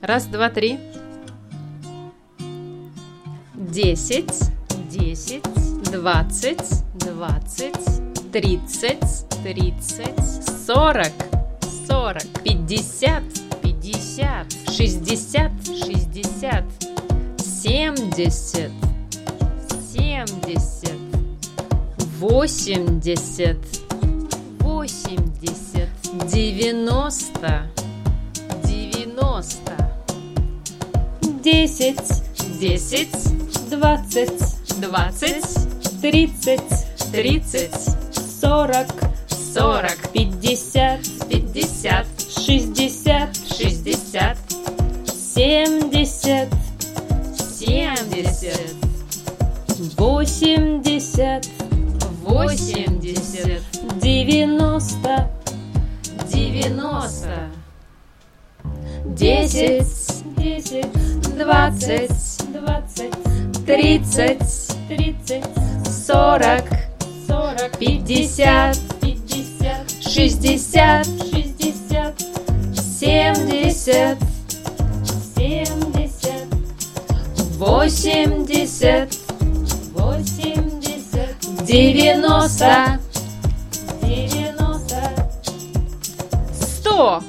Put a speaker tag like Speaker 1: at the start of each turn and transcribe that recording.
Speaker 1: Раз, два, три. Десять, десять, двадцать, двадцать, тридцать, тридцать, сорок, сорок, пятьдесят, пятьдесят, шестьдесят, шестьдесят, семьдесят, семьдесят, восемьдесят, восемьдесят, девяносто, девяносто, десять, десять,
Speaker 2: двадцать,
Speaker 1: двадцать,
Speaker 2: тридцать,
Speaker 1: тридцать,
Speaker 2: сорок,
Speaker 1: сорок,
Speaker 2: пятьдесят,
Speaker 1: пятьдесят,
Speaker 2: шестьдесят,
Speaker 1: шестьдесят,
Speaker 2: семьдесят,
Speaker 1: семьдесят,
Speaker 2: восемьдесят,
Speaker 1: восемьдесят,
Speaker 2: девяносто,
Speaker 1: девяносто,
Speaker 2: десять, десять,
Speaker 1: двадцать,
Speaker 2: двадцать,
Speaker 1: тридцать,
Speaker 2: тридцать,
Speaker 1: сорок,
Speaker 2: сорок,
Speaker 1: пятьдесят,
Speaker 2: пятьдесят,
Speaker 1: шестьдесят,
Speaker 2: шестьдесят,
Speaker 1: семьдесят,
Speaker 2: семьдесят,
Speaker 1: восемьдесят,
Speaker 2: восемьдесят,
Speaker 1: девяносто,
Speaker 2: девяносто,
Speaker 1: сто.